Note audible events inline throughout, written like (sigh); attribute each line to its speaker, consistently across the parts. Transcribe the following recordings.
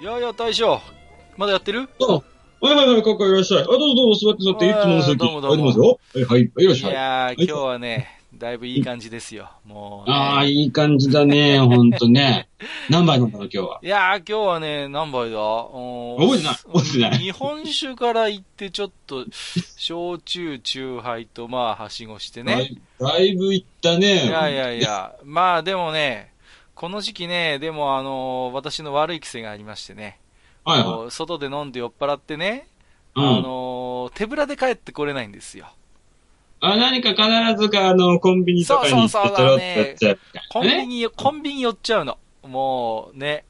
Speaker 1: いやいや大将まだやってる
Speaker 2: あ、はいはいはい、かっこいいらっしゃい。あ、どうぞどうぞ座って座って、いつもの席。
Speaker 1: どうもどうも
Speaker 2: 入りますよ。はいはい、はいいらっ
Speaker 1: い
Speaker 2: しゃい。
Speaker 1: やー今日はねだいぶいい感じですよもう、ね、
Speaker 2: ああ、いい感じだ
Speaker 1: (laughs)
Speaker 2: ね、ほんとね。何杯飲んだの、今日は。
Speaker 1: いやー、今日はね、何杯だ覚
Speaker 2: 覚えてない覚えてない
Speaker 1: 日本酒から行って、ちょっと、焼酎、酎ハイと、まあ、はしごしてね。
Speaker 2: だ
Speaker 1: い、
Speaker 2: いだいぶいったね。
Speaker 1: やいやいや。まあ、でもね、この時期ね、でも、あのー私の悪い癖がありましてね、
Speaker 2: はい
Speaker 1: こ
Speaker 2: は
Speaker 1: う外で飲んで酔っ払ってね、
Speaker 2: い。う
Speaker 1: あ
Speaker 2: ん。
Speaker 1: のー手ぶらで帰ってこれないんですよ。
Speaker 2: あ、何か必ずか、あの、コンビニとかに行って
Speaker 1: そうそうそう
Speaker 2: ちょろっとやっちゃうみた
Speaker 1: コ
Speaker 2: い
Speaker 1: ン
Speaker 2: な
Speaker 1: ビ
Speaker 2: ね。
Speaker 1: ニ、コンビニ寄っちゃうの。もう、ね。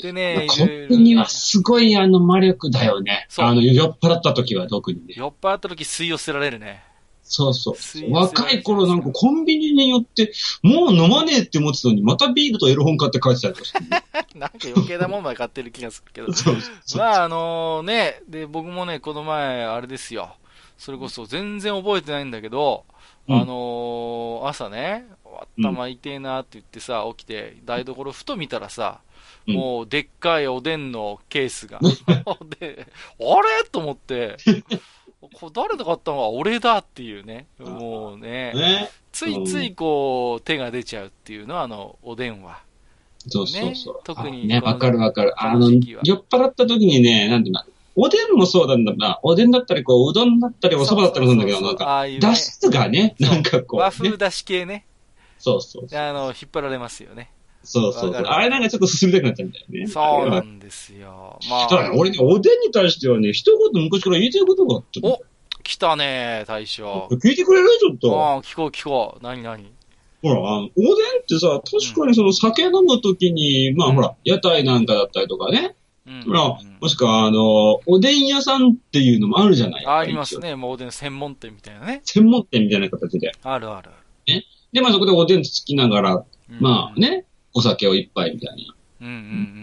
Speaker 1: でね、
Speaker 2: コ
Speaker 1: いろい
Speaker 2: ン
Speaker 1: ろ
Speaker 2: ビニはすごい、あの、魔力だよね。
Speaker 1: そう
Speaker 2: あの、酔っ払った時は特にね。
Speaker 1: 酔っ払った時、吸い寄せられるね。
Speaker 2: そうそ。
Speaker 1: すいう
Speaker 2: 若い頃なんかコンビニによって、もう飲まねえって思ってたのに、またビールとエロ本買って帰ってたりとか
Speaker 1: (laughs)
Speaker 2: してね
Speaker 1: なんか余計なもんまで買ってる気がするけど。
Speaker 2: そうそう。
Speaker 1: まあ、あのね、で、僕もね、この前、あれですよ。それこそ全然覚えてないんだけど、
Speaker 2: うん
Speaker 1: あのー朝ね、頭痛えなって言ってさ、起きて、台所ふと見たらさ、
Speaker 2: うん
Speaker 1: もう、でっかいおでんのケースが。 (laughs) で、あれと思って、これ誰で買ったのは俺だっていうね。もうね、
Speaker 2: ね。
Speaker 1: ついついこう、手が出ちゃうっていうのは、あの、おでんは。
Speaker 2: そうそうそう。
Speaker 1: ね特に
Speaker 2: あね、
Speaker 1: この
Speaker 2: わかるわかる。あ
Speaker 1: この
Speaker 2: の、
Speaker 1: 時期は
Speaker 2: 酔っ払った時にね、なんていうの、おでんもそうなんだな。おでんだったり、こう、うどんだったり、お蕎麦だったりもするんだけど、
Speaker 1: そうそう
Speaker 2: なん
Speaker 1: そう
Speaker 2: か、
Speaker 1: ああいうね
Speaker 2: 出汁がね、なんかこ
Speaker 1: 和
Speaker 2: う、ね
Speaker 1: 風、だし系ね。
Speaker 2: そうそう。
Speaker 1: あの、引っ張られますよね。
Speaker 2: そうそう
Speaker 1: わか
Speaker 2: そう。
Speaker 1: る
Speaker 2: あれなんかちょっと進みたくなっちゃうんだよね。
Speaker 1: そうな
Speaker 2: だ。
Speaker 1: んですよ。ま
Speaker 2: ただね、
Speaker 1: あ、
Speaker 2: 俺ね、おでんに対してはね、一言昔から言いたいことがあったの。
Speaker 1: 来たね、大将。
Speaker 2: 聞いてくれるちょっ
Speaker 1: うん、
Speaker 2: と。
Speaker 1: 聞こう聞こう。何何
Speaker 2: ほら、あの、おでんってさ、確かにその酒飲むときに、まあほら、屋台なんかだったりとかね、
Speaker 1: うん
Speaker 2: ほら
Speaker 1: うん、
Speaker 2: もしくはあの、おでん屋さんっていうのもあるじゃない
Speaker 1: あります。ね。もうおでん専門店みたいなね。
Speaker 2: 専門店みたいな形で。
Speaker 1: あるある。
Speaker 2: で、まあそこでおでんつつきながら、
Speaker 1: うん
Speaker 2: まあ。ね、お酒を一杯みたいな。
Speaker 1: うんうんう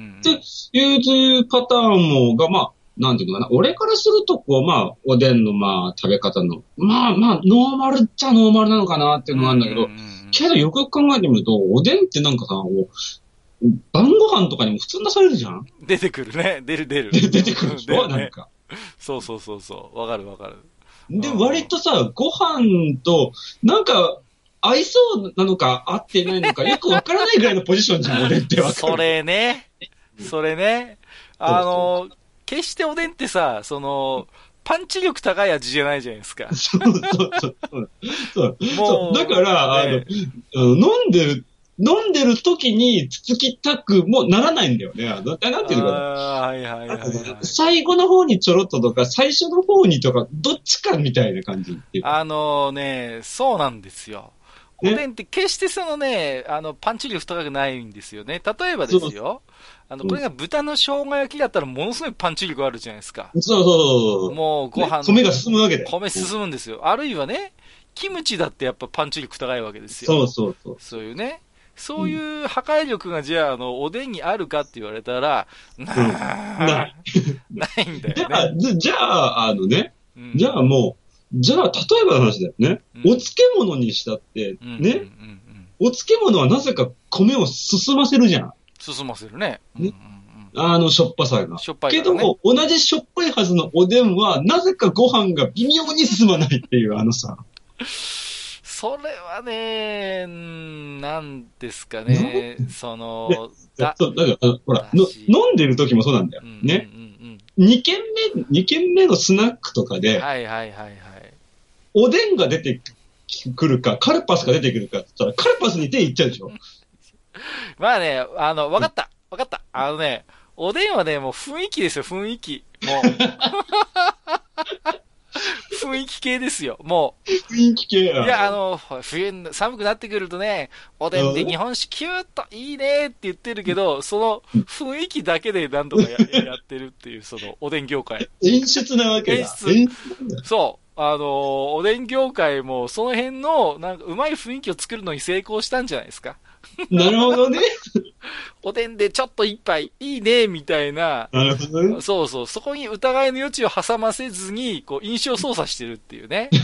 Speaker 1: ん
Speaker 2: で、いうパターンも、が、まあ、なんていうのかな、俺からすると、こう、まあ、おでんの、まあ、食べ方の、まあまあ、ノーマルっちゃノーマルなのかなって
Speaker 1: う。
Speaker 2: いうんのがあるんだけど
Speaker 1: う、うん
Speaker 2: けどよくよく考えてみると、おでんってなんかさ、もう晩ご飯とかにも普通に出されるじゃん
Speaker 1: 出てくるね。出る出る。
Speaker 2: で出てくるでしょ、
Speaker 1: うん出
Speaker 2: な
Speaker 1: ね
Speaker 2: んか。
Speaker 1: そうそうそうそう。わかるわかる。
Speaker 2: で、
Speaker 1: うん
Speaker 2: 割とさ、ご飯と、なんか、合いそうなのか、合ってな
Speaker 1: (laughs)
Speaker 2: いのか、よくわからないぐらいのポジションじゃん、俺ってわかる。
Speaker 1: それね。それね。あの、決しておでんってさ、その、パンチ力高い味じゃないじゃないですか。
Speaker 2: そうそうそうそう。 (laughs) そう
Speaker 1: もう。
Speaker 2: だから、あの
Speaker 1: ね
Speaker 2: あの飲んでる、飲んでる時につつきたくもならないんだよね。あのなんていうのかな。
Speaker 1: あーはいはいはいはい。
Speaker 2: 最後の方にちょろっととか、最初の方にとか、どっちかみたいな感じっていうか。
Speaker 1: あのね、そうなんですよ。お
Speaker 2: ね
Speaker 1: でんって決してそのね、あの、パンチ力高くないんですよね。例えばですよ、あの、
Speaker 2: うん
Speaker 1: これが豚の生姜焼きだったらものすごいパンチ力あるじゃないですか。
Speaker 2: そうそうそうそう。
Speaker 1: もうご飯、
Speaker 2: ね米が進むわけで。
Speaker 1: 米進むんですよ。あるいはね、キムチだってやっぱパンチ力高いわけですよ。
Speaker 2: そうそうそう。
Speaker 1: そういうね。そういう破壊力がじゃあ、あの、おでんにあるかって言われたら、な
Speaker 2: うん
Speaker 1: な
Speaker 2: ないい。
Speaker 1: ないんだ
Speaker 2: じ
Speaker 1: よ
Speaker 2: ゃ
Speaker 1: ね。
Speaker 2: あ、じじゃあ、あのね、
Speaker 1: うん
Speaker 2: じゃあもう、じゃあ、例えばの話だよね。
Speaker 1: うん
Speaker 2: お漬物にしたって、
Speaker 1: うんうんうんう
Speaker 2: ね、
Speaker 1: ん
Speaker 2: お漬物はなぜか米を進ませるじゃん。
Speaker 1: 進ませるね。
Speaker 2: ね
Speaker 1: うんうんうん
Speaker 2: あの、しょっぱさが。
Speaker 1: しょっぱい
Speaker 2: け
Speaker 1: から
Speaker 2: ど
Speaker 1: ね。
Speaker 2: も、同じしょっぱいはずのおでんは、なぜかご飯が微妙に進まないっていう、あのさ。
Speaker 1: それはね、うんなんですかね、その、だ、
Speaker 2: そう、だから、あのほら、
Speaker 1: だ
Speaker 2: の
Speaker 1: し
Speaker 2: 飲んでる時もそうなんだよ
Speaker 1: うんうん。うん
Speaker 2: ね。二軒目、二軒目のスナックとか
Speaker 1: うん
Speaker 2: で、
Speaker 1: はいはいはいはい。
Speaker 2: おでんが出てくるか、カルパスが出てくるかって言ったら、カルパスに手いっちゃうでしょ。
Speaker 1: まあね、あの、わかった、わかった。あのね、
Speaker 2: (laughs)
Speaker 1: おでんはね、もう雰囲気ですよ、雰囲気。もう。 (laughs) 雰囲気系ですよ。も
Speaker 2: 雰囲気系
Speaker 1: う、
Speaker 2: や。
Speaker 1: いや、あの、冬に、寒くなってくるとね、おでんで日本酒キューッといいねって言ってるけど、その雰囲気だけで何度かややってるっていう、その、おでん業界。
Speaker 2: 演出なわけだ。
Speaker 1: 演出そう。あのーおでん業界も、その辺の、なんか、うまい雰囲気を作るのに成功したんじゃないですか。
Speaker 2: 演なる
Speaker 1: (laughs)
Speaker 2: ほどね。
Speaker 1: おでんでちょっと一杯、いいね、みたいな、
Speaker 2: なるほどね。
Speaker 1: そうそう、そこに疑いの余地を挟ませずに、こう、印象操作してるっていうね。
Speaker 2: (laughs)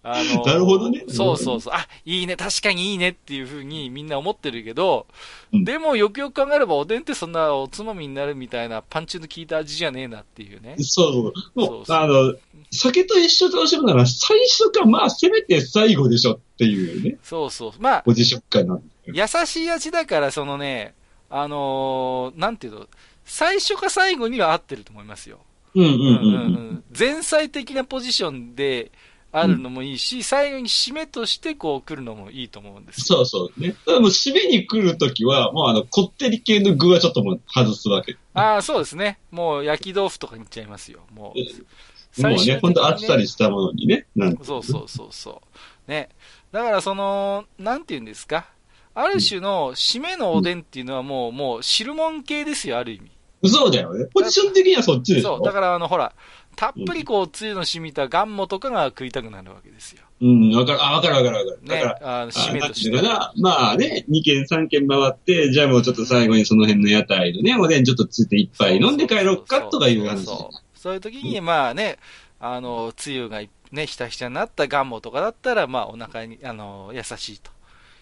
Speaker 1: あの
Speaker 2: なるほどね
Speaker 1: そうそうそう。あ、いいね、確かにいいねっていうふうにみんな思ってるけど、
Speaker 2: うん
Speaker 1: でもよくよく考えればおでんってそんなおつまみになるみたいなパンチの効いた味じゃねえなっていうね。
Speaker 2: そうそう。
Speaker 1: そ
Speaker 2: も
Speaker 1: う
Speaker 2: う、
Speaker 1: そう
Speaker 2: あの、酒と一緒と楽しむなら、最初か、まあ、せめて最後でしょっていうね、
Speaker 1: そうそう。まあ、
Speaker 2: ポジションかな。
Speaker 1: 優しい味だから、そのね、あのーなんていうの、最初か最後には合ってると思いますよ。
Speaker 2: うんうん
Speaker 1: うん
Speaker 2: うん
Speaker 1: う。
Speaker 2: うん
Speaker 1: ん前菜的なポジションであるのもいいし、最後に締めとしてこう来るのもいいと思うんですよ。
Speaker 2: そうそうね。ただもう締めに来るときは、もうあの、こってり系の具はちょっともう外すわけ。
Speaker 1: ああ、そうですね。もう焼き豆腐とかにいっちゃいますよ。もう。
Speaker 2: も
Speaker 1: 終
Speaker 2: う
Speaker 1: 的に
Speaker 2: ね、ほんとあっさりしたものにね。なんて
Speaker 1: そうそうそうそう。ね。だからその、なんていうんですか。ある種の締めのおでんっていうのはもう、もう汁物系ですよ、ある意味。
Speaker 2: そうだよね。ポジション的にはそっちでしょ。
Speaker 1: そう、だからあの、ほら、たっぷりこう、つゆの染みたガンモとかが食いたくなるわけですよ。
Speaker 2: うん、わかる、あ、わかるわかるわかる。だ
Speaker 1: ね
Speaker 2: から、、
Speaker 1: あの締
Speaker 2: あ
Speaker 1: め
Speaker 2: なん
Speaker 1: と
Speaker 2: てい
Speaker 1: し
Speaker 2: うの
Speaker 1: て。
Speaker 2: かなまあね、2軒3軒回って、じゃあもうちょっと最後にその辺の屋台のね、おでんちょっとついて一杯飲んで帰ろうかとかいう
Speaker 1: そう
Speaker 2: 話。
Speaker 1: そうそうそういう時に、まあね、あの、つゆがいね、ひたひたになったガンモとかだったら、まあ、お腹に、あの、優しいと。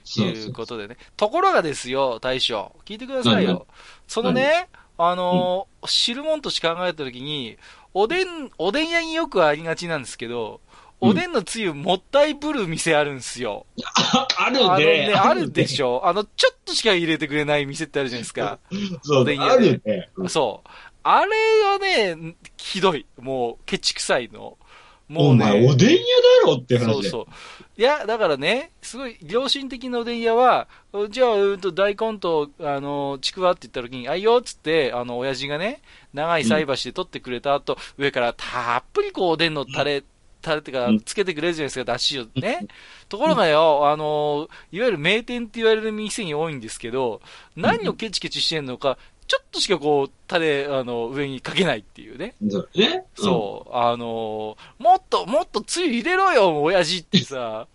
Speaker 2: そう
Speaker 1: い
Speaker 2: そうう
Speaker 1: こ。とでね。ところがですよ、大将。聞いてください
Speaker 2: 何
Speaker 1: よ。そのね、あのー汁物として考えたときに、おでん、おでん屋によくありがちなんですけど、
Speaker 2: うん
Speaker 1: おでんのつゆもったいぶる店あるんですよ。
Speaker 2: あある
Speaker 1: あの
Speaker 2: ね
Speaker 1: ね、。あるで
Speaker 2: ょ。
Speaker 1: しょ。あの、ちょっとしか入れてくれない店ってあるじゃないですか。
Speaker 2: そ
Speaker 1: お
Speaker 2: う
Speaker 1: でん、屋
Speaker 2: あ
Speaker 1: で
Speaker 2: るね。うん
Speaker 1: そう。あれはね、ひどい。もう、ケチくさいの。も
Speaker 2: お
Speaker 1: うね。
Speaker 2: 前、おでん屋だろって話だ
Speaker 1: そ
Speaker 2: よ
Speaker 1: うそう。いや、だからね、すごい良心的なおでん屋は、じゃあ、うんと大根と、あの、ちくわって言った時に、あいいよっつって、あの、親父がね、長い菜箸で取ってくれた後、上からたっぷりこう、おでんのタレ、タレってか
Speaker 2: うん、
Speaker 1: つけてくれるじゃないですか、だしをね。ところがよ、あの、いわゆる名店って言われる店に多いんですけど、何をケチケチしてんのか、ちょっとしかこう、タレ、あの、上にかけないっていうね。
Speaker 2: そうね。
Speaker 1: そう、あのーもっともっとつゆ入れろよ、親父って
Speaker 2: (laughs)
Speaker 1: さ、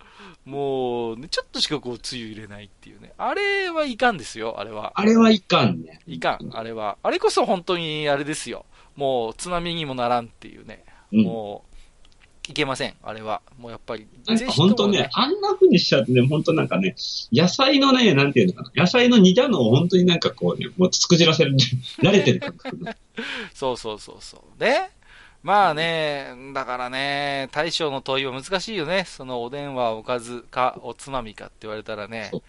Speaker 1: もう、ね、ちょっとしかこう、つゆ入れないっていうね。あれはいかんですよ、あれは。
Speaker 2: あれはいかんね。
Speaker 1: いかん、あれは。あれこそ本当に、あれですよ。もう、つまみにもならんっていうね。
Speaker 2: うん。
Speaker 1: もう、いけません、あれは。もうやっぱり。
Speaker 2: なん
Speaker 1: ぜ
Speaker 2: か
Speaker 1: ひとも
Speaker 2: 本当ね、。あんな風にしちゃってね、本当なんかね、野菜のね、なんていうのかな、野菜の煮たのを本当になんかこうね、もうつくじらせる、 (laughs) 慣れてる感覚。
Speaker 1: そうそうそうそう。ね。まあね、だからね、大将の問いは難しいよね。そのおでんはおかずかおつまみかって言われたらね
Speaker 2: そ、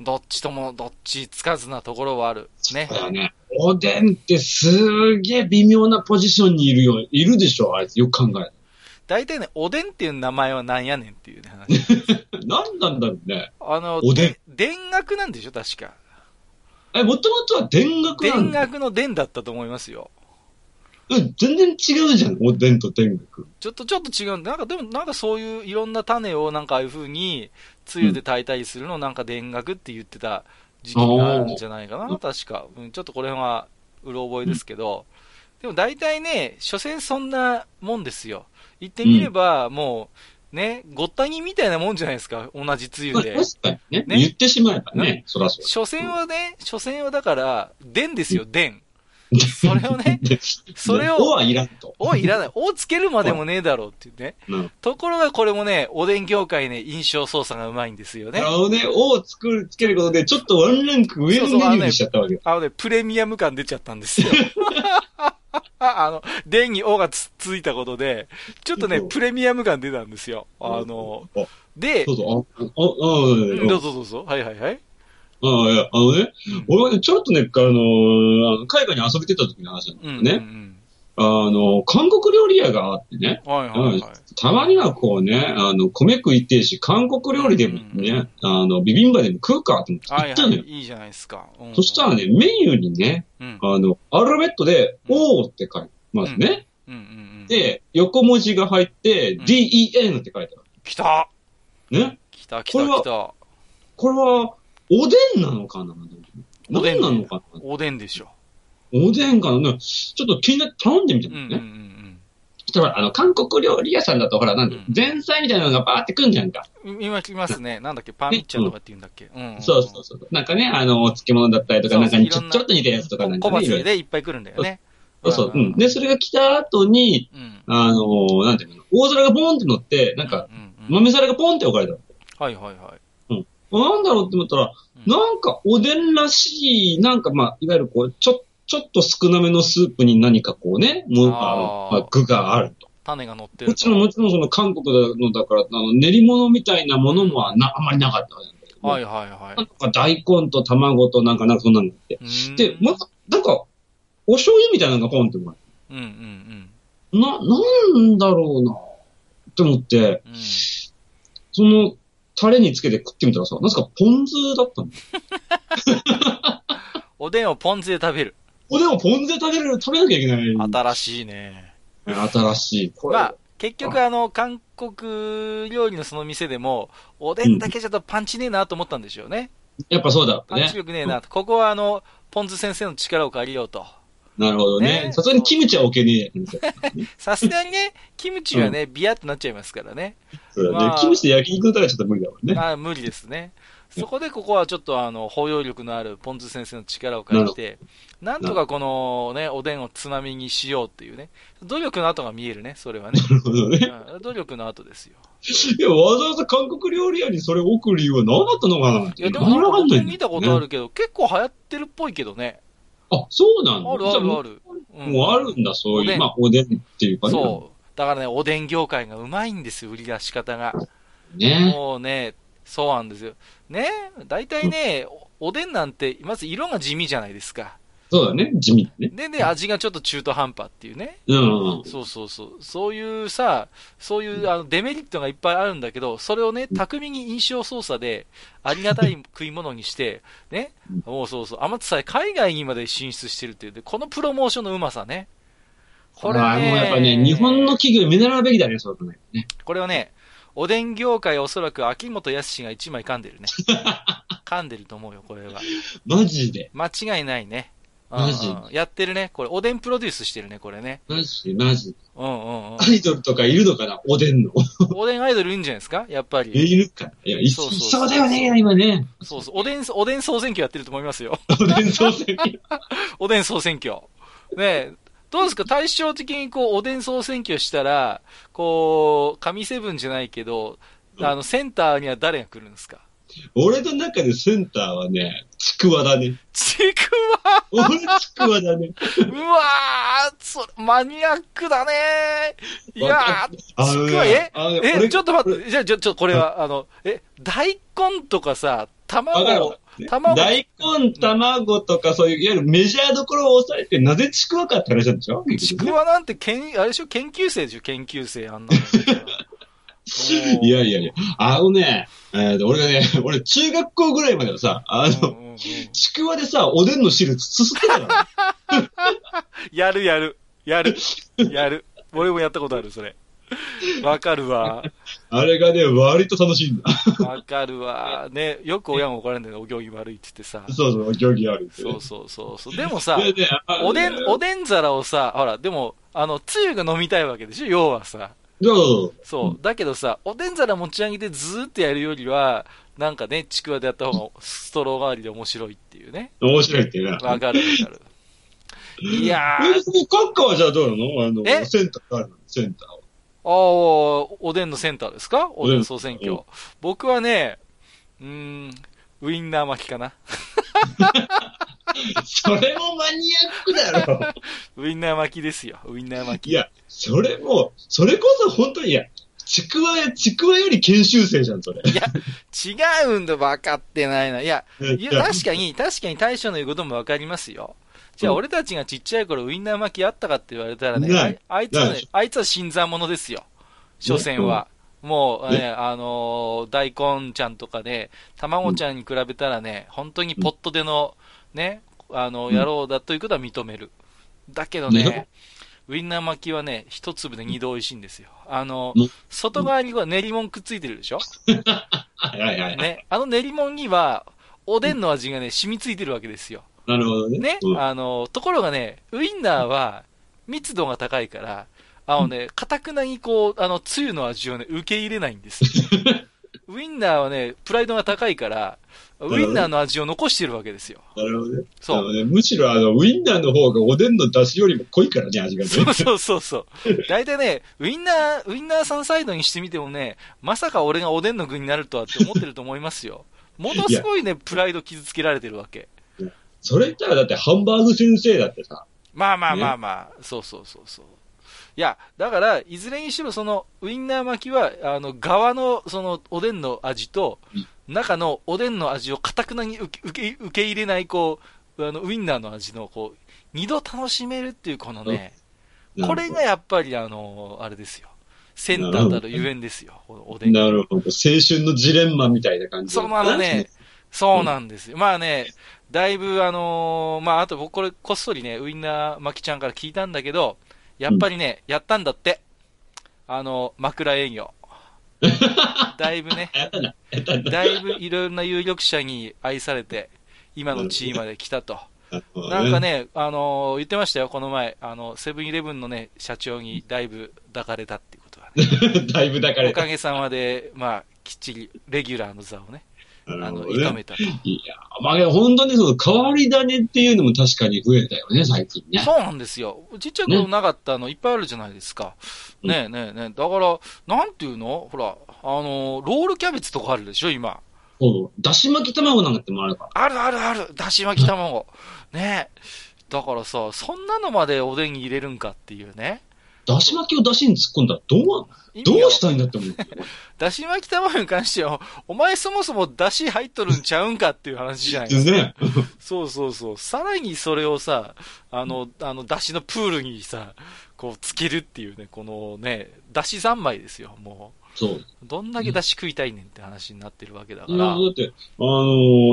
Speaker 1: どっちともどっちつかずなところはある。ね
Speaker 2: だ。からね、おでんってすげえ微妙なポジションにいるよ、いるでしょ、あいつ。よく考え
Speaker 1: 大体ね、おでんっていう名前はなんやねんっていうね話。
Speaker 2: たら。なんなんだろうね。
Speaker 1: あの、
Speaker 2: おでん
Speaker 1: 田楽なんでしょ確か。
Speaker 2: え、もともとは田楽
Speaker 1: 田
Speaker 2: なんだ。
Speaker 1: 楽の田だったと思いますよ。
Speaker 2: うん、全然違うじゃん、おでんと田楽。
Speaker 1: ちょっとちょっと違うんだなんかでも、なんかそういういろんな種をなんかああいう風に、つゆで炊いたりするのをなんか田楽って言ってた時期があるんじゃないか
Speaker 2: う
Speaker 1: な、
Speaker 2: ん
Speaker 1: 確か。うん、ちょっとこれは、うろ覚えですけど、でも大体ね、所詮そんなもんですよ。言ってみれば、もう、ね、ごった煮みたいなもんじゃないですか、同じつゆ
Speaker 2: ま
Speaker 1: (laughs)
Speaker 2: あ
Speaker 1: で。
Speaker 2: 確かにね
Speaker 1: ね
Speaker 2: 言ってしまえばね、そらそう。
Speaker 1: 所詮はね、所詮はだから、でんですよ、でん。それを (laughs) ね、それを
Speaker 2: おはいらんと。
Speaker 1: おいらない。おつけるまでもねえだろうっていうね。
Speaker 2: うん
Speaker 1: ところがこれもね、おでん業界ね、印象操作がうまいんですよね
Speaker 2: あ。のね、おを作る、つけることで、ちょっとワンランク上のメニューにしちゃったわけ。
Speaker 1: あのね、プレミアム感出ちゃったん
Speaker 2: (laughs)
Speaker 1: ですよ。あの、でんにおがつついたことで、ちょっとね、
Speaker 2: そう
Speaker 1: プレミアム感出たんですよ。あの、
Speaker 2: あ、
Speaker 1: で
Speaker 2: そ、うそう、あ、あ、あ、うん
Speaker 1: うんどうぞどうぞ。はいはいはい。
Speaker 2: あ、いや、あのね
Speaker 1: うん、
Speaker 2: 俺はね、ちょっとね、あのー、あの海外に遊びてた時の話なんだ
Speaker 1: う
Speaker 2: け
Speaker 1: ん。
Speaker 2: ど
Speaker 1: う
Speaker 2: ね、
Speaker 1: ん
Speaker 2: あの、韓国料理屋があってね、
Speaker 1: うん。はいはいはい。
Speaker 2: たまにはこうね、あの、米食いてえし、韓国料理でもね、あの、ビビンバでも食うかって思って
Speaker 1: は
Speaker 2: 行
Speaker 1: い
Speaker 2: った
Speaker 1: は
Speaker 2: の
Speaker 1: い
Speaker 2: よ。。
Speaker 1: いいじゃないですか。うん
Speaker 2: そしたらね、メニューにね、
Speaker 1: うん。
Speaker 2: あの、アルファベットで、おーって書いてますね。
Speaker 1: うんうんうん。、
Speaker 2: で、横文字が入って、
Speaker 1: うん
Speaker 2: DEN って書いてあ
Speaker 1: 来た
Speaker 2: る。ね
Speaker 1: 来た来
Speaker 2: これ
Speaker 1: た
Speaker 2: は
Speaker 1: 来た。
Speaker 2: これは、おでんなのかな
Speaker 1: おでん
Speaker 2: 何なのかな
Speaker 1: おでんでしょ。
Speaker 2: おでんかなねちょっと気になって頼んでみた
Speaker 1: うん
Speaker 2: ん
Speaker 1: う
Speaker 2: だよ
Speaker 1: ん
Speaker 2: ね。
Speaker 1: うんうん。
Speaker 2: そしたら、あの、韓国料理屋さんだと、ほら、なんで、
Speaker 1: うん
Speaker 2: 前菜みたいなのがバーってくんじゃんか。
Speaker 1: 今来ますね。なんだっけ、パンミッチャンとかって言うんだっけ。うん。
Speaker 2: そうそうそう。なんかね、あの、お漬物だったりとか、
Speaker 1: そう
Speaker 2: なんかに
Speaker 1: い
Speaker 2: ち
Speaker 1: ろん
Speaker 2: ょ
Speaker 1: な
Speaker 2: ちょっと似たやつとかなん
Speaker 1: 小
Speaker 2: かね、い
Speaker 1: 祭り
Speaker 2: ろいろ。
Speaker 1: でいっぱい来るんだよね。
Speaker 2: そうそう。うんん。で、それが来た後に、
Speaker 1: うん。
Speaker 2: あのなんていうのかな大皿がボーンって乗って、なんか、
Speaker 1: ううんうん
Speaker 2: 豆皿がポンって置かれたの。
Speaker 1: はいはいはい。
Speaker 2: なんだろうって思ったら、
Speaker 1: うん
Speaker 2: なんかおでんらしい、なんかまあ、いわゆるこう、ちょ、ちょっと少なめのスープに何かこうね、もう
Speaker 1: あ
Speaker 2: あ
Speaker 1: ー
Speaker 2: のまあ具があると。
Speaker 1: 種が乗ってる。
Speaker 2: もちろん、もちろんその韓国のだから、あの練り物みたいなものもはなあんまりなかったわけなんだけど、
Speaker 1: はいはいは
Speaker 2: なんか大根と卵となんか、なんかそんなのって。
Speaker 1: い。
Speaker 2: で、
Speaker 1: も
Speaker 2: ま、なんか、お醤油みたいなのがポンってもら
Speaker 1: うんうんうん。
Speaker 2: えな、なんだろうなって思って、
Speaker 1: うん
Speaker 2: その、タレにつけて食ってみたらさ、なぜかポン酢だったの。
Speaker 1: おでんをポン酢で食べる。
Speaker 2: おでんをポン酢で食べる、食べなきゃいけない。
Speaker 1: 新しいね。
Speaker 2: 新しい。これ、
Speaker 1: まあ、結局あの、韓国料理のその店でも、おでんだけちょっとパンチねえなと思ったんでしょうね。
Speaker 2: やっぱそうだ
Speaker 1: パン
Speaker 2: ね
Speaker 1: チ。力ねえなと。ここはあの、ポン酢先生の力を借りようと。
Speaker 2: なるほど
Speaker 1: ね
Speaker 2: ね。さすがにキムチは置けねえ。
Speaker 1: さすがにね、キムチはね、ビヤってなっちゃいますからね。
Speaker 2: そうだね
Speaker 1: まあ
Speaker 2: キムチで焼肉食べちゃったら無理だもんね。
Speaker 1: まあ、無理ですね。そこでここはちょっとあの、包容力のあるポン酢先生の力を借りて、なんとかこのね、おでんをつまみにしようっていうね。努力の後が見えるね、それはね。
Speaker 2: なるほどね。
Speaker 1: うん努力の後ですよ。
Speaker 2: いや、わざわざ韓国料理屋にそれを置く理由は何だったのかなって。
Speaker 1: いや、でもなんか
Speaker 2: わか
Speaker 1: 僕も
Speaker 2: んな (laughs) いんだよね
Speaker 1: 見たことあるけど、結構流行ってるっぽいけどね。
Speaker 2: あ、そうなんだ。
Speaker 1: あるあ
Speaker 2: じゃ
Speaker 1: る
Speaker 2: も
Speaker 1: あ
Speaker 2: う
Speaker 1: る。
Speaker 2: もうあるんだ、そう
Speaker 1: おで
Speaker 2: い
Speaker 1: ん
Speaker 2: う。まあ、おでんっていうかね。
Speaker 1: そう。だからね、おでん業界がうまいんですよ、売り出し方が。
Speaker 2: ね。
Speaker 1: もうね、そうなんですよ。ね、大体ね、おおでんなんて、まず色が地味じゃないですか。
Speaker 2: そうだね。地味ね。
Speaker 1: でね、味がちょっと中途半端っていうね。
Speaker 2: うん。
Speaker 1: そうそうそう。そういうさ、そういうあのデメリットがいっぱいあるんだけど、それをね、巧みに印象操作で、ありがたい食い物にして、ね、もうそうそう、天津さえ海外にまで進出してるっていう、でこのプロモーションのうまさね。これ
Speaker 2: あ
Speaker 1: は
Speaker 2: あ
Speaker 1: ね、
Speaker 2: もうやっぱね、日本の企業見習うべきだね、そうだね。
Speaker 1: これはね、おでん業界おそらく秋元康が一枚噛んでる
Speaker 2: (laughs)
Speaker 1: ね。噛んでると思うよ、これは。
Speaker 2: マジで。
Speaker 1: 間違いないね。うん
Speaker 2: マジ
Speaker 1: うんやってるね。これ、おでんプロデュースしてるね、これね。
Speaker 2: マジで、マジで。
Speaker 1: うんうんうん
Speaker 2: ア。イドルとかいるのかなおでんの。
Speaker 1: おでんアイドルいるんじゃないですかやっぱり。
Speaker 2: いるか。いや、い
Speaker 1: そうそうそう
Speaker 2: そうだよね、今ね。
Speaker 1: そうそう。おでん、おでん総選挙やってると思いますよ。 (laughs)
Speaker 2: おでん総選挙。
Speaker 1: おでん総選挙。ねえ。どうですか対照的にこう、おでん総選挙したら、こう、神セブンじゃないけど、あの、センターには誰が来るんですか
Speaker 2: 俺の中でセンターはね、ちくわだね。
Speaker 1: ちくわ
Speaker 2: 俺ちくわだ
Speaker 1: (laughs)
Speaker 2: ね。
Speaker 1: うわーそれ、マニアックだねーいやー、ち
Speaker 2: あのね
Speaker 1: くわ、え
Speaker 2: あのね
Speaker 1: え、
Speaker 2: 俺
Speaker 1: ちょっと待って、じゃあ、ちょ、ちょ、これは、あの、え、大根とかさ、
Speaker 2: わかる
Speaker 1: 卵
Speaker 2: わ、ね
Speaker 1: 卵
Speaker 2: 大根、卵とかそういう、いわゆるメジャーどころを抑えて、なぜちくわかって話なんでしょ
Speaker 1: ちくわなんて、けん、あれでしょ研究生でしょ研究生、あんなの。
Speaker 2: いやいやいや、あのね、えーと俺がね、 (laughs) 俺中学校ぐらいまではさ、あ
Speaker 1: うん
Speaker 2: の、
Speaker 1: うんうん
Speaker 2: ちくわでさ、おでんの汁すすってた
Speaker 1: (laughs)
Speaker 2: から。
Speaker 1: やるやる。やる。やる。俺もやったことある、それ。わかるわ。
Speaker 2: あれがね、割と楽しいんだ。 (laughs)
Speaker 1: わかるわ。ね、よく親も怒られるんだよね、お行儀悪いって言ってさ。
Speaker 2: そうそう、行儀あるって。
Speaker 1: そうそうそうそう。でもさ、
Speaker 2: でねあ
Speaker 1: おでん、おでん皿をさ、ほら、でも、あの、つゆが飲みたいわけでしょ要はさ。
Speaker 2: そうそうそう
Speaker 1: そう。だけどさ、おでん皿持ち上げてずーっとやるよりは、なんかね、ちくわでやった方がストロー代わりで面白いっていうね。
Speaker 2: 面白いっていうな。
Speaker 1: (laughs) わかるわかる。いや
Speaker 2: え
Speaker 1: ー、 (laughs)
Speaker 2: ー、カッカはじゃあどうなのあ
Speaker 1: え
Speaker 2: の、センターがあるのセンターは。
Speaker 1: あーおでんのセンターですかおで
Speaker 2: うんん
Speaker 1: 総選
Speaker 2: う
Speaker 1: 挙
Speaker 2: ん。
Speaker 1: 僕はね、うーん、ウインナー巻きかな。
Speaker 2: それもマニアックだろ。 (laughs)
Speaker 1: ウインナー巻きですよ。ウインナー巻き。
Speaker 2: いや、それも、それこそ本当に、いや、ちくわや、ちくわより研修生じゃん、それ。
Speaker 1: (laughs) 違うんだ、分かってないな。いや、いや
Speaker 2: いや
Speaker 1: 確かに、確かに大将の言うことも分かりますよ。じゃあ、
Speaker 2: うん
Speaker 1: 俺たちがちっちゃい頃、ウインナー巻きあったかって言われたらね、
Speaker 2: ない
Speaker 1: ああいつは
Speaker 2: な
Speaker 1: ね
Speaker 2: い、
Speaker 1: あいつは新参者ですよ。所詮は。もう、ね、
Speaker 2: ね
Speaker 1: あのー大根ちゃんとかね、卵ちゃんに比べたらね、本当にポットでの、ね、あの、
Speaker 2: うん
Speaker 1: 野郎だということは認める。だけどね、
Speaker 2: ね
Speaker 1: ウインナー巻きはね、一粒で二度美味しいんですよ。あの
Speaker 2: うん、
Speaker 1: 外側には練り物くっついてるでしょ
Speaker 2: (laughs) はいはいはい。
Speaker 1: ね。あの練り物には、おでんの味がね、染みついてるわけですよ。
Speaker 2: なるほどね。
Speaker 1: ね
Speaker 2: う、ん
Speaker 1: あの、ところがね、ウインナーは密度が高いから、あのね、かたくなにこう、あの、つゆの味をね、受け入れないん
Speaker 2: (laughs)
Speaker 1: です。ウインナーはね、プライドが高いから、ウインナーの味を残してるわけですよ。
Speaker 2: なるほどね。
Speaker 1: そう
Speaker 2: なるほどねむしろあの、ウインナーの方がおでんの出汁よりも濃いからね、味がね。
Speaker 1: そうそうそうそう。大体ね、ウインナー、ウインナーさんサイドにしてみてもね、まさか俺がおでんの具になるとはって思ってると思いますよ。ものすごいね、プライド傷つけられてるわけ。
Speaker 2: それ言ったらだってハンバーグ先生だってさ、
Speaker 1: まあまあまあまあ、そうそうそうそう。いや、だから、いずれにしろ、その、ウインナー巻きは、あの、側の、その、おでんの味と、中のおでんの味をかたくなに受け受け受け入れない、こう、あの、ウインナーの味の、こう、二度楽しめるっていう、このね、これがやっぱり、あの、あれですよ。センターたるゆえんですよ、このおでん
Speaker 2: なるほど。青春のジレンマみたいな感じ
Speaker 1: そう、まあね、、そうなんですよ。まあね、だいぶあのーまああと僕これこっそりね、ウインナーまきちゃんから聞いたんだけど、やっぱりね、やったんだって。あの、枕営 (laughs) 業。だいぶね、
Speaker 2: やったな。
Speaker 1: だいぶいろんな有力者に愛されて、今の地位まで来たと。
Speaker 2: なるほど
Speaker 1: なんか、ね、あのー言ってましたよ、この前。あの、セブンイレブンのね、社長にだいぶ抱かれたっていうことはね。
Speaker 2: (laughs) だいぶ抱か
Speaker 1: お
Speaker 2: れた
Speaker 1: か。げさまで、まあ、きっちり、レギュラーの座をね、
Speaker 2: な
Speaker 1: あ
Speaker 2: る
Speaker 1: の、
Speaker 2: ほど
Speaker 1: 射止
Speaker 2: ね。
Speaker 1: めたと。
Speaker 2: いや、まあね、本当にその変わり種っていうのも確かに増えたよね、最近ね。
Speaker 1: そうなんですよ。ちっちゃい頃なかったのいっぱいあるじゃないですか。
Speaker 2: うん
Speaker 1: ねえねえねえ。だから、なんていうのほら、あのー、ロールキャベツとかあるでしょ今。
Speaker 2: そう。だし巻き卵なんてもあるから。
Speaker 1: あるあるあるだし巻き卵。ねえ。だからさ、そんなのまでおでんに入れるんかっていうね。
Speaker 2: だし巻きをだしに突っ込んだらどうな、
Speaker 1: 意味が
Speaker 2: どうしたいんだって思うよ。
Speaker 1: だし巻き卵に関しては、お前そもそもだし入っとるんちゃうんかっていう話じゃないですか。
Speaker 2: ね。 (laughs)
Speaker 1: そうそうそう。さらにそれをさ、あの、あの、だしのプールにさ、こう、つけるっていうね、このね、だし三昧ですよ、もう。
Speaker 2: そう。
Speaker 1: どんだけ出し食いたいねんって話になってるわけだか
Speaker 2: いや
Speaker 1: ら。
Speaker 2: だって、あの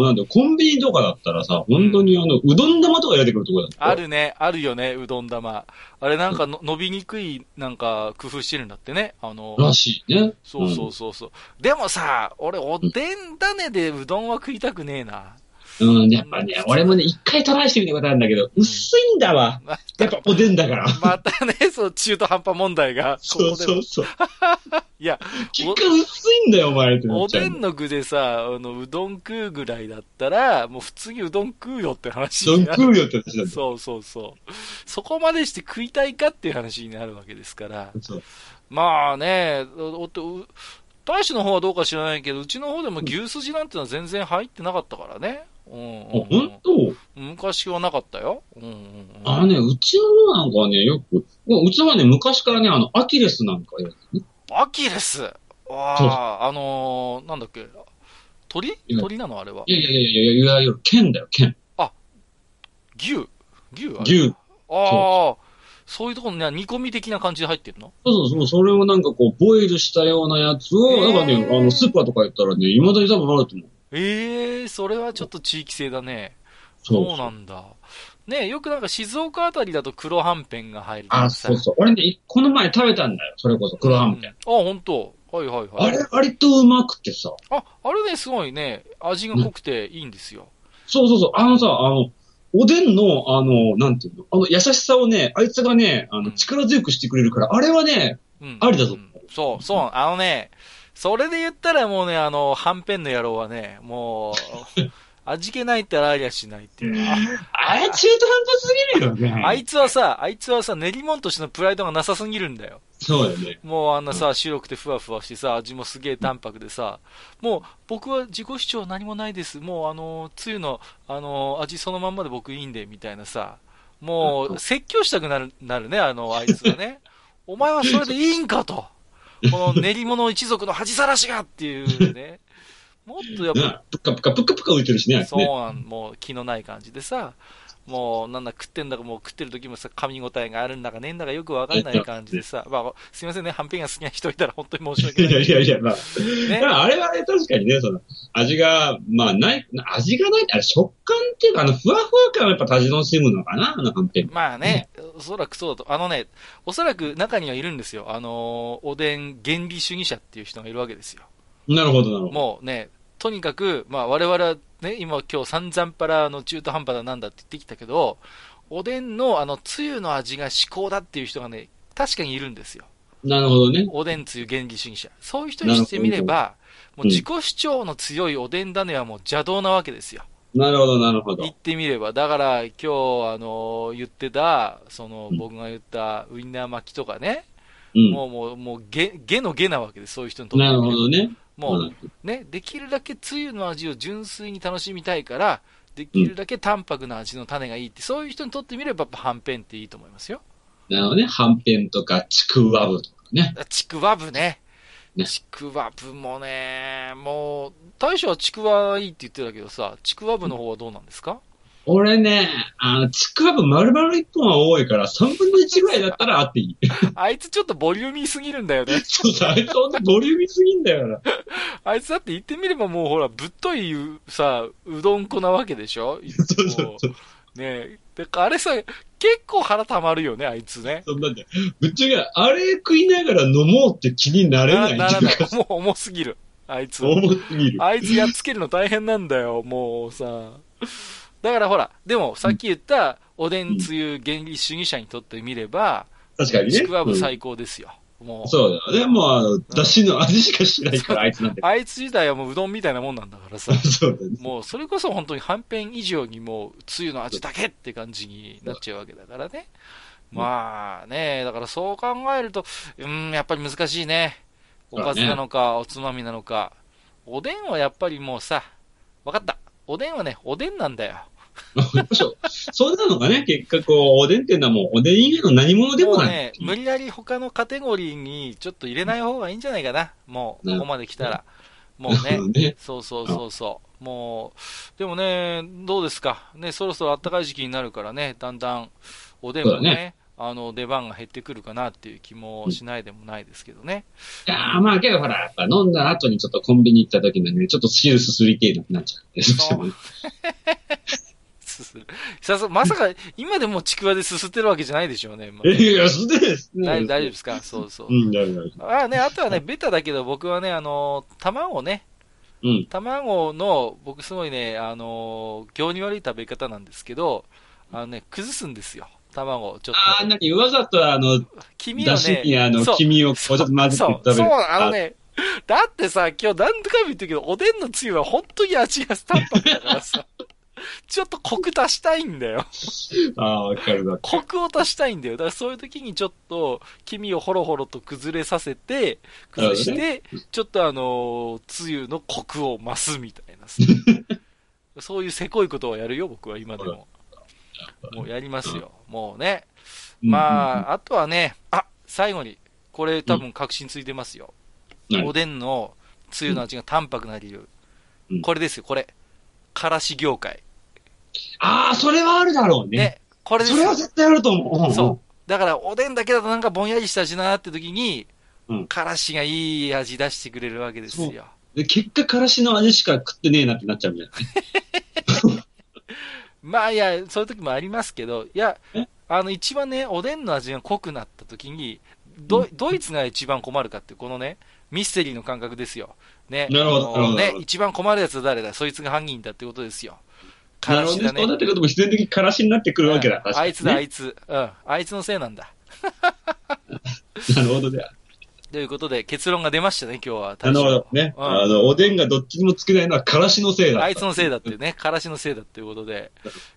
Speaker 2: ーなんだ、コンビニとかだったらさ、本当にあの、うどん玉とか出てくるとこだったよ
Speaker 1: あ。るね、あるよね、うどん玉。あれなんかの伸びにくい、なんか工夫してるんだってね。あの、
Speaker 2: らしいね。
Speaker 1: そうそうそうそう。でもさ、俺おでん種でうどんは食いたくねえな。
Speaker 2: うん、やっぱね、俺もね、一回トライしてみたことあるんだけど、薄いんだわ。
Speaker 1: ま
Speaker 2: やっぱおでんだから。
Speaker 1: (laughs) またね、そう、中途半端問題が、ここ
Speaker 2: そ
Speaker 1: で
Speaker 2: うそうそう。
Speaker 1: いや、
Speaker 2: 結果薄いんだよ、お前ってな
Speaker 1: お
Speaker 2: っちゃう
Speaker 1: でんの具でさ、あの、うどん食うぐらいだったら、もう普通にうどん食うよって話
Speaker 2: どん
Speaker 1: になる。
Speaker 2: 食うよって話なんだよ。
Speaker 1: そうそうそう。そこまでして食いたいかっていう話になるわけですから。
Speaker 2: そう
Speaker 1: まあね、おおっと、う大使の方はどうか知らないけど、うちの方でも牛すじなんてのは全然入ってなかったからね。うん
Speaker 2: あ、
Speaker 1: うんうん
Speaker 2: 本当
Speaker 1: 昔はなかったよ。うんうんうん
Speaker 2: あのね、うちの方なんかはね、よく、うちの方はね、昔からね、あの、アキレスなんかやるね。
Speaker 1: アキレス。
Speaker 2: そう
Speaker 1: わあ、あのーなんだっけ。鳥
Speaker 2: うん。
Speaker 1: 鳥なのあれはい
Speaker 2: やいやいやいや、いわゆる剣だよ、剣。
Speaker 1: 牛牛あれ
Speaker 2: 牛。
Speaker 1: ああ、そういうところにね煮込み的な感じで入ってるの
Speaker 2: そうそうそう、それをなんかこう、ボイルしたようなやつ
Speaker 1: へ
Speaker 2: を、
Speaker 1: ー
Speaker 2: なんかね、あの、スーパーとか行ったらね、未だに多分あると思う。
Speaker 1: ええそれはちょっと地域性だね。
Speaker 2: そう
Speaker 1: そうなんだ。ねよくなんか静岡あたりだと黒はんぺんが入るとか
Speaker 2: あ、
Speaker 1: さ
Speaker 2: そうそう。俺ね、この前食べたんだよ、それこそ、黒はんぺん。
Speaker 1: あ、本当。はいはいはい。
Speaker 2: あれ、割とうまくてさ。
Speaker 1: あ、あれね、すごいね、味が濃くていいんですよ。
Speaker 2: そうそうそう。あのさ、あの、おでんの、あの、なんていうの、あの優しさをね、あいつがね、あ
Speaker 1: う
Speaker 2: の、
Speaker 1: ん
Speaker 2: 力強くしてくれるから、あれはね、
Speaker 1: うん。
Speaker 2: ありだぞ
Speaker 1: うんそう、そう、あのね、それで言ったらもうね、あの、はんぺんの野郎はね、もう、
Speaker 2: (laughs)
Speaker 1: 味気ないったらありゃしないっていう。
Speaker 2: あれ中途半端すぎるよね。
Speaker 1: あいつはさ、あいつはさ、練り物としてのプライドがなさすぎるんだよ。
Speaker 2: そうだよね。
Speaker 1: もうあんなさ、白くてふわふわしてさ、味もすげえ淡白でさ、もう僕は自己主張何もないです。もうあの、つゆの、あの、味そのまんまで僕いいんで、みたいなさ、もう説教したくなる、なるね、あの、あいつが (laughs) ね。お前はそれでいいんかと。この練り物一族の恥さらしがっていう (laughs) ね。もっとやっぱ、
Speaker 2: な、ぷかぷかぷかぷか浮いてるしね、あい
Speaker 1: (laughs)
Speaker 2: つ
Speaker 1: そう
Speaker 2: ね。
Speaker 1: なん、もう気のない感じでさ、もうなんだ食ってんだかもう食ってる時もさ、噛み応えがあるんだかねえんだかよくわかんない感じでさ、まあ、すいませんね、はんぺんが好きな人いたら本当に申し訳
Speaker 2: い
Speaker 1: ない。
Speaker 2: やいやいや、まあ、
Speaker 1: ね
Speaker 2: (laughs) だからあれはね、確かにね、その、味が、まあ、ない、味がない、あれ、食感っていうか、あの、ふわふわ感はやっぱ立ち楽しむのかな、あのはんぺん。
Speaker 1: まあね、おそらくそうだと。あのね、おそらく中にはいるんですよ。あのー、おでん原理主義者っていう人がいるわけですよ。
Speaker 2: なるほど、なるほど。
Speaker 1: もうね、とにかく、まあ我々はね、今今日散々パラの中途半端だなんだって言ってきたけど、おでんのあの、つゆの味が至高だっていう人がね、確かにいるんですよ。
Speaker 2: なるほどね。
Speaker 1: おでんつゆ原理主義者。そういう人にしてみれば、もう
Speaker 2: うん
Speaker 1: 自己主張の強いおでん種はもう邪道なわけですよ。
Speaker 2: なるほど、なるほど
Speaker 1: 言っ。てみれば、だから今日、あの言ってた、その
Speaker 2: うん
Speaker 1: 僕が言ったウインナー巻きとかね、
Speaker 2: うん。
Speaker 1: もう、もう、もう、げ、げのげなわけです、そういう人にとって
Speaker 2: なる
Speaker 1: みれ
Speaker 2: ほ
Speaker 1: ば。
Speaker 2: どね。
Speaker 1: もう、
Speaker 2: ん
Speaker 1: ね、できるだけつゆの味を純粋に楽しみたいから、できるだけ淡白な味の種がいいって、そういう人にとってみれば、やっぱはんぺんっていいと思いますよ。
Speaker 2: なるほどね。はんぺんとか、ちくわぶとかね。
Speaker 1: ちくわぶね。
Speaker 2: ね
Speaker 1: ちくわぶもね、もう、大将はちくわいいって言ってたけどさ、ちくわぶの方はどうなんですか
Speaker 2: (laughs) 俺ね、あの、ちくわぶ丸々一本は多いから、三分の一ぐらいだったらあっていい。
Speaker 1: あいつちょっとボリューミーすぎるんだよね。
Speaker 2: そうそう、あれほんとボリューミーすぎんだよな。
Speaker 1: あいつだって言ってみればもうほら、ぶっというさ、うどん粉なわけでしょ
Speaker 2: そうそうそう。
Speaker 1: ねえ。だからあれさ、結構腹たまるよね、あいつね。
Speaker 2: そんなんで、ぶっちゃけ、あれ食いながら飲もうって気になれない
Speaker 1: な
Speaker 2: って
Speaker 1: ら
Speaker 2: いう
Speaker 1: ない
Speaker 2: か、。
Speaker 1: もう重すぎる。あいつ。
Speaker 2: 重すぎる。
Speaker 1: あいつやっつけるの大変なんだよ、もうさ。だからほら、でもさっき言った、おでんつゆ原理主義者にとってみれば、
Speaker 2: 確かにね。
Speaker 1: ちくわぶ
Speaker 2: うん
Speaker 1: 最高ですよ。もう。
Speaker 2: そうだよね。もう、あの、だしの味しかしないから、あいつなんて。 (laughs)
Speaker 1: あいつ自体はもううどんみたいなもんなんだからさ。
Speaker 2: そうだよね。
Speaker 1: もうそれこそ本当にはんぺん以上にもうつゆの味だけって感じになっちゃうわけだからね。
Speaker 2: うん
Speaker 1: まあね、だからそう考えると、うん、やっぱり難しいね。おかずなのか、おつまみなのか。おでんはやっぱりもうさ、わかった。おでんはね、おでんなんだよ。
Speaker 2: そうそうなのかね、結果こう、おでんっていうのはもう、おでん以外の何物で
Speaker 1: も
Speaker 2: も
Speaker 1: う
Speaker 2: ない。
Speaker 1: ね、無理やり他のカテゴリーにちょっと入れない方がいいんじゃないかな。もう、
Speaker 2: な
Speaker 1: こ
Speaker 2: る
Speaker 1: こまで来たら。もう
Speaker 2: なる (laughs)
Speaker 1: ね
Speaker 2: ほど。ね。
Speaker 1: そうそうそうそう。もう、でもね、どうですか。ね、そろそろ暖かい時期になるからね、だんだん、おでんも
Speaker 2: そう
Speaker 1: ね、
Speaker 2: だ
Speaker 1: あの、出番が減ってくるかなっていう気もしないでもないですけどね。 (laughs)
Speaker 2: いやーまあけどほら、やっぱ飲んだ後にちょっとコンビニ行った時のね、ちょっと汁すすりてえなくなっちゃって、どうしてもね
Speaker 1: すするさすまさか、今でもちくわですすってるわけじゃないでしょうね。まあ
Speaker 2: え (laughs) いや、すでです。
Speaker 1: 大大丈夫
Speaker 2: 夫。
Speaker 1: ですかそうそう
Speaker 2: う。ん、大丈夫。大丈
Speaker 1: ああね、あとはね、ベタだけど、僕はね、あの、卵をね、
Speaker 2: 夫うん。
Speaker 1: 卵の、僕すごいね、あの、行に悪い食べ方なんですけど、あのね、崩すんですよ。卵をちょっと。
Speaker 2: ああ、なに、わざとあの、
Speaker 1: 黄身を
Speaker 2: だしにあ
Speaker 1: ね、
Speaker 2: の
Speaker 1: そう、
Speaker 2: 黄身をこうちょっと混ぜて
Speaker 1: そ
Speaker 2: 食べ
Speaker 1: う、
Speaker 2: る。
Speaker 1: そう、あのね、だってさ、今日何度かも言ったけど、おでんのつゆは本当に味が淡白だからさ、 (laughs) ちょっとコク足したいんだ
Speaker 2: (laughs)
Speaker 1: よ。
Speaker 2: ああ、わかるわ。
Speaker 1: コクを足したいんだよ。だからそういう時にちょっと、黄身をほろほろと崩れさせて、崩して、ちょっとあのーつゆのコクを増すみたいな
Speaker 2: (laughs)
Speaker 1: さ。そういうせこいことをやるよ、僕は今でも。もうやりますよ。もうね。まあ、あとはね、あ、最後に、これ多分確信ついてますよ。
Speaker 2: うん、うん
Speaker 1: おでんのつゆの味が淡白な理由。
Speaker 2: うん
Speaker 1: これですよ、これ。からし業界。
Speaker 2: ああ、それはあるだろう
Speaker 1: ね。
Speaker 2: ね。
Speaker 1: これです
Speaker 2: それ
Speaker 1: よ
Speaker 2: は。絶対あると思う。
Speaker 1: そう。だから、おでんだけだとなんかぼんやりした味だなって時に、
Speaker 2: うん
Speaker 1: からしがいい味出してくれるわけです
Speaker 2: そう
Speaker 1: よ。
Speaker 2: で結果、からしの味しか食ってねえなってなっちゃうみたいな。
Speaker 1: まあいや、そういう時もありますけど、いや
Speaker 2: え、
Speaker 1: あの、一番ね、おでんの味が濃くなった時に、ドドイツが一番困るかって、このね、ミステリーの感覚ですよ。ね。
Speaker 2: なるほど
Speaker 1: あの
Speaker 2: なるほどなる
Speaker 1: ね
Speaker 2: ほ、ど
Speaker 1: 一番困るやつは誰だそいつが犯人だってことですよ。
Speaker 2: な
Speaker 1: か
Speaker 2: る
Speaker 1: ら
Speaker 2: ほ
Speaker 1: し
Speaker 2: ど
Speaker 1: だね
Speaker 2: ね。そうな。ってくると、必然的にからしになってくるわけだ。
Speaker 1: うん
Speaker 2: 確か
Speaker 1: あ
Speaker 2: に
Speaker 1: いつだ、あ
Speaker 2: ね
Speaker 1: いつ。うん。あいつのせいなんだ。
Speaker 2: なるほどね。
Speaker 1: ということで、結論が出ましたね、今日は。
Speaker 2: なるほどね。
Speaker 1: うん
Speaker 2: あの、おでんがどっちにもつけないのは、からしのせいだ。
Speaker 1: あいつのせいだっていうね、からしのせいだっていうことで、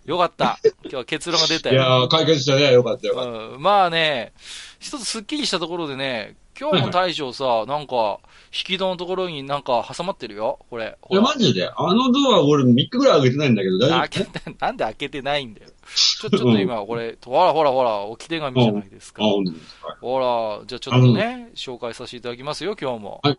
Speaker 1: よかった。今日は結論が出た
Speaker 2: いや
Speaker 1: よ。
Speaker 2: ー、解決したね。よかったよかっ
Speaker 1: うん、まあね、一つスッキリしたところでね、今日も大将さ、なんか、引き戸のところになんか挟まってるよ、これ。
Speaker 2: た。いや、マジで。あのドア、俺3日ぐらい開けてないんだけど、大丈
Speaker 1: 開
Speaker 2: 夫
Speaker 1: けて、 (laughs) なんで開けてないんだよ。ちょ、ちょっと今、これ、ほらほらほら、置き手紙じゃないですか
Speaker 2: あ、。ほんとですか。
Speaker 1: ほら、じゃあちょっとね、紹介させていただきますよ、今日も。
Speaker 2: はい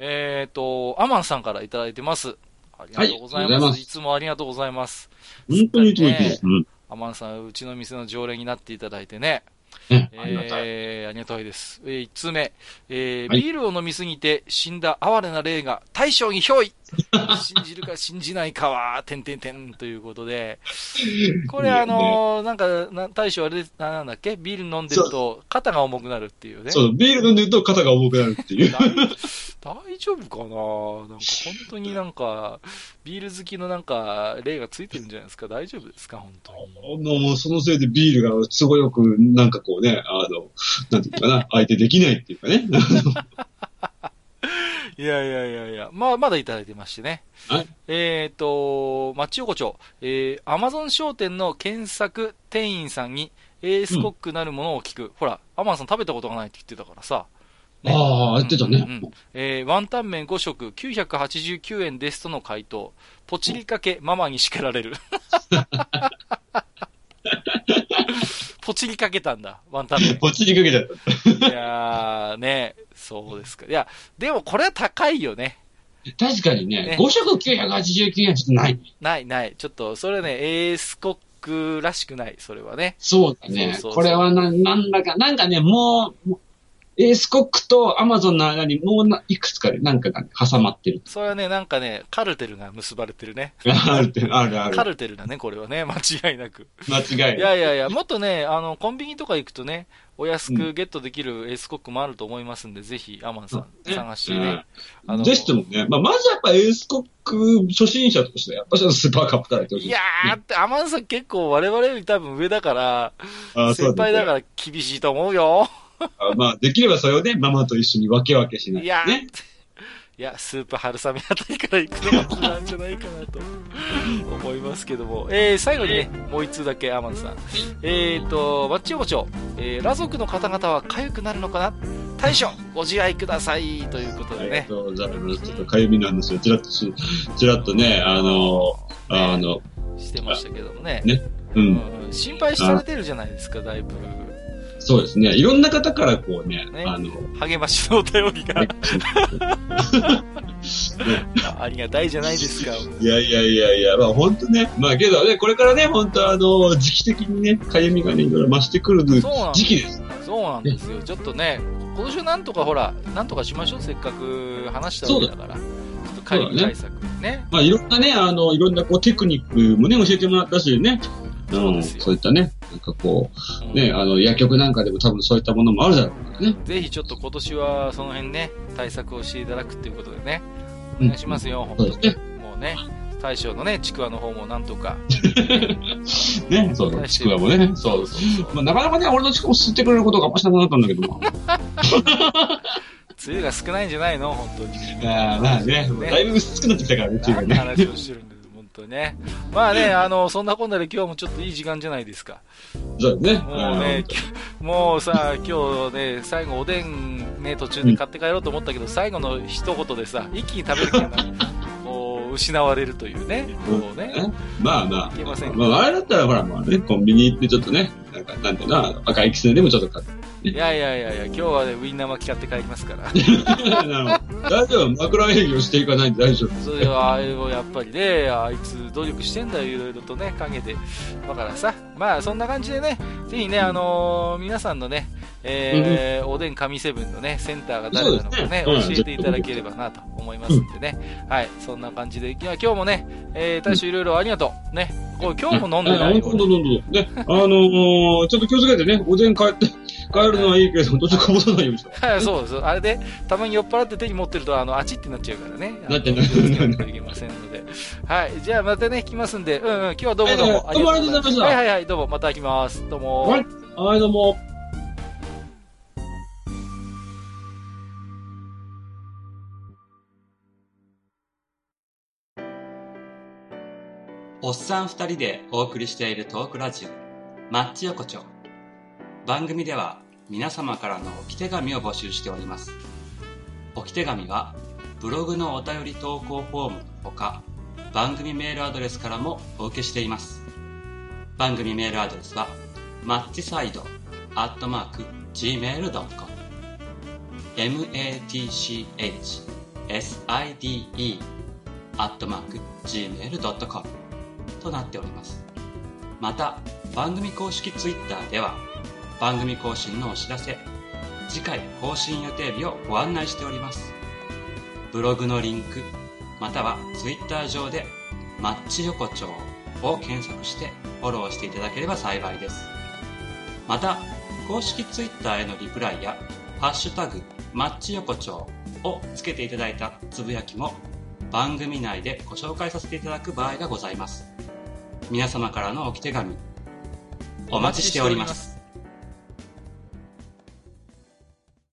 Speaker 1: えっ、と、アマンさんからいただいてます。ありがとうござい
Speaker 2: はいありがとうござ
Speaker 1: ます。
Speaker 2: います
Speaker 1: いつもありがとうございます。
Speaker 2: 本当にいつもいつも。うん。
Speaker 1: 天野さん、うちの店の常連になっていただいてね。
Speaker 2: ね、ありがたい。
Speaker 1: えー、ありがたいです。えー、1通目。えー
Speaker 2: はい
Speaker 1: ビールを飲みすぎて死んだ哀れな霊が大将に憑依 (laughs) 信じるか信じないかは、てんてんてんということで。これ
Speaker 2: いいよね
Speaker 1: あのーなんか、な大将あれで、ななんだっけビール飲んでると肩が重くなるっていうね。
Speaker 2: そう、ビール飲んでると肩が重くなるっていう。
Speaker 1: 大大丈夫かななんか本当になんか、ビール好きのなんか、霊がついてるんじゃないですか大丈夫ですか本当に。
Speaker 2: もう、もうそのせいでビールが都合よく、なんかこうね、あの、なんていうのかな、相手できないっていうかね。
Speaker 1: いやいやいやいや、まあ、まだいただいてましてね。
Speaker 2: はい
Speaker 1: えっ、と、町横丁、えー、アマゾン商店の検索店員さんに、エースコックなるものを聞く。ほら、アマンさん食べたことがないって言ってたからさ。ね
Speaker 2: ああ、やってたね。
Speaker 1: うんうんえーワンタン麺5食989円ですとの回答。ポチりかけ、ママに叱ら
Speaker 2: (laughs)
Speaker 1: れる。ポチりかけたんだ、ワンタン麺。
Speaker 2: こっちにかけちゃった。
Speaker 1: いやー、ね、そうですか。いや、でもこれは高いよね。
Speaker 2: 確かに
Speaker 1: ね
Speaker 2: ね、5食989円はちょっとない。
Speaker 1: ないない。ちょっと、それはね、エースコックらしくない、それはね。
Speaker 2: そうだ
Speaker 1: そう
Speaker 2: ね。
Speaker 1: そうそう
Speaker 2: これはな、なんだか、なんかね、もう、もうエースコックとアマゾンの間にもうないくつかで、なんかが、ね、挟まってる。
Speaker 1: それはね、なんかね、カルテルが結ばれてるね。
Speaker 2: あるって、あるあ
Speaker 1: カ
Speaker 2: る。
Speaker 1: ルテルだね、これはね、 (laughs) 間違いなく。
Speaker 2: 間違い
Speaker 1: い
Speaker 2: ない。
Speaker 1: やいやいや、もっとね、あの、コンビニとか行くとね、お安くゲットできるエースコックもあると思いますんで、ぜひ、アマンさん
Speaker 2: ね
Speaker 1: 探してね。あ
Speaker 2: うん
Speaker 1: の
Speaker 2: ぜひともね、まあ、まずやっぱエースコック初心者として、やっぱちょっとスーパーカップからやってほしい。
Speaker 1: いやーって、アマンさん結構我々より多分上だから、
Speaker 2: あーそう
Speaker 1: 先輩だ
Speaker 2: ら。
Speaker 1: から厳しいと思うよ。
Speaker 2: あまあ、できればそれをね、ママと一緒に分け分けしない
Speaker 1: い
Speaker 2: と
Speaker 1: やー、
Speaker 2: ね。
Speaker 1: いや、スープ春雨あたりから行くのがなんじゃないかなと思いますけども。えー、最後にね、もう一通だけ、アマンさん。えーと、マッチ横丁、えー、羅族の方々は痒くなるのかな大将、ご自愛くださいということ
Speaker 2: あ
Speaker 1: で
Speaker 2: りが
Speaker 1: ね。
Speaker 2: とうございます。ちょっとかゆみの話をちらっとし、ちらっとね、あの、あの、
Speaker 1: してましたけどもね。
Speaker 2: ねう、
Speaker 1: うんん、心配されてるじゃないですか、だいぶ。
Speaker 2: そうですね。いろんな方からこうね、
Speaker 1: ね
Speaker 2: あの、
Speaker 1: 励ましのお便りがありがたいじゃないですか。
Speaker 2: いやいやいやいや、まあ本当ね、まあけどね、これからね、本当あの、時期的にね、かゆみがね、いろいろ増してくる
Speaker 1: そうなんです
Speaker 2: 時期です。
Speaker 1: そうなんですよ。ちょっとね、今年はなんとかほら、なんとかしましょう。せっかく話したわけだから。ちょっと会議対策ね。
Speaker 2: まあいろんなね、あの、いろんなこうテクニックもね、教えてもらったしね、あ
Speaker 1: そう
Speaker 2: の
Speaker 1: ですよ
Speaker 2: そういったね、なんかこ
Speaker 1: うん
Speaker 2: う、ね、あの、薬局なんかでも多分そういったものもあるだろうからね。
Speaker 1: ぜひちょっと今年はその辺ね、対策をしていただくということでね。お
Speaker 2: うん
Speaker 1: 願いしますよ、
Speaker 2: そう
Speaker 1: 本
Speaker 2: ですね。
Speaker 1: 当に。もうね、大将のね、ちくわの方もなんとか。
Speaker 2: ね、そうだ、ちくわもね。そうそう。まあ、なかなかね、俺のちくわを吸ってくれることがあんましなくなったんだけども。
Speaker 1: 梅雨が少ないんじゃないの本当に。
Speaker 2: ああ、まあね、
Speaker 1: ね
Speaker 2: だいぶ薄くなってきたからね、ちくわ
Speaker 1: 何の
Speaker 2: ね。
Speaker 1: 話をしてるんだよ、本当にね。まあね、あの、そんなこんなで今日もちょっといい時間じゃないですか。
Speaker 2: そうだね。
Speaker 1: もうね、きもうさ、今日ね、最後おでんね、途中で買って帰ろうと思ったけど、最後の一言でさ、一気に食べる気がない。こう、失われるというね。こうね。
Speaker 2: ねまあま
Speaker 1: いけませ
Speaker 2: あ、
Speaker 1: ん。
Speaker 2: まあ、あれだったらほら、まあね、コンビニ行ってちょっとね、なんか、なんていうのかな、赤いキツネでもちょっと
Speaker 1: (laughs)
Speaker 2: 買って。
Speaker 1: いやいやいやいや、今日はね、ウインナー巻き買って帰りますから。
Speaker 2: あの大丈夫、枕営業していかないと大丈夫。
Speaker 1: それは、あれをやっぱりね、あいつ努力してんだよ、いろいろとね、陰で。だからさ、まあそんな感じでね、ぜひね、あのー皆さんのね、えーおでん神セブンのね、センターが誰なのかね、
Speaker 2: そうです
Speaker 1: 教
Speaker 2: ね
Speaker 1: えていただければなと思いますんでね。はい、そんな感じで、いや今日もね、えー、大将いろいろありがとう。ね、こう今日も飲んでない
Speaker 2: あ、
Speaker 1: よ
Speaker 2: ほんと、ほんと、ね、あのーちょっと気をつけてね、おでん帰って、帰るのはいいけれども、途中こぼさないようにして。
Speaker 1: はい、 (laughs) そうです。あれで、たまに酔っ払って手に持ってると、あの、あちってなっちゃうからね。あの
Speaker 2: なっちゃう
Speaker 1: 気をつけないといけませんので。はい、じゃあまたね、来ますんで、うんうん、今日はどうもどうも。
Speaker 2: はいどうもありがとうございました
Speaker 1: はいはいはい、どうも、また来ます。どうも。
Speaker 2: はいはい、どうも。
Speaker 3: おっさん二人でお送りしているトークラジオ、マッチ横丁。番組では皆様からの置き手紙を募集しております。置き手紙は、ブログのお便り投稿フォームのほか、番組メールアドレスからもお受けしています。番組メールアドレスは、マッチサイド、アットマーク、gmail.com。matchside、アットマーク、gmail.com。となっておりますまた番組公式 Twitter では番組更新のお知らせ次回更新予定日をご案内しておりますブログのリンクまたは Twitter 上で「マッチ横丁」を検索してフォローしていただければ幸いですまた公式 Twitter へのリプライや「ハッシュタグマッチ横丁」をつけていただいたつぶやきも番組内でご紹介させていただく場合がございます皆様からの置き手紙お待ちしております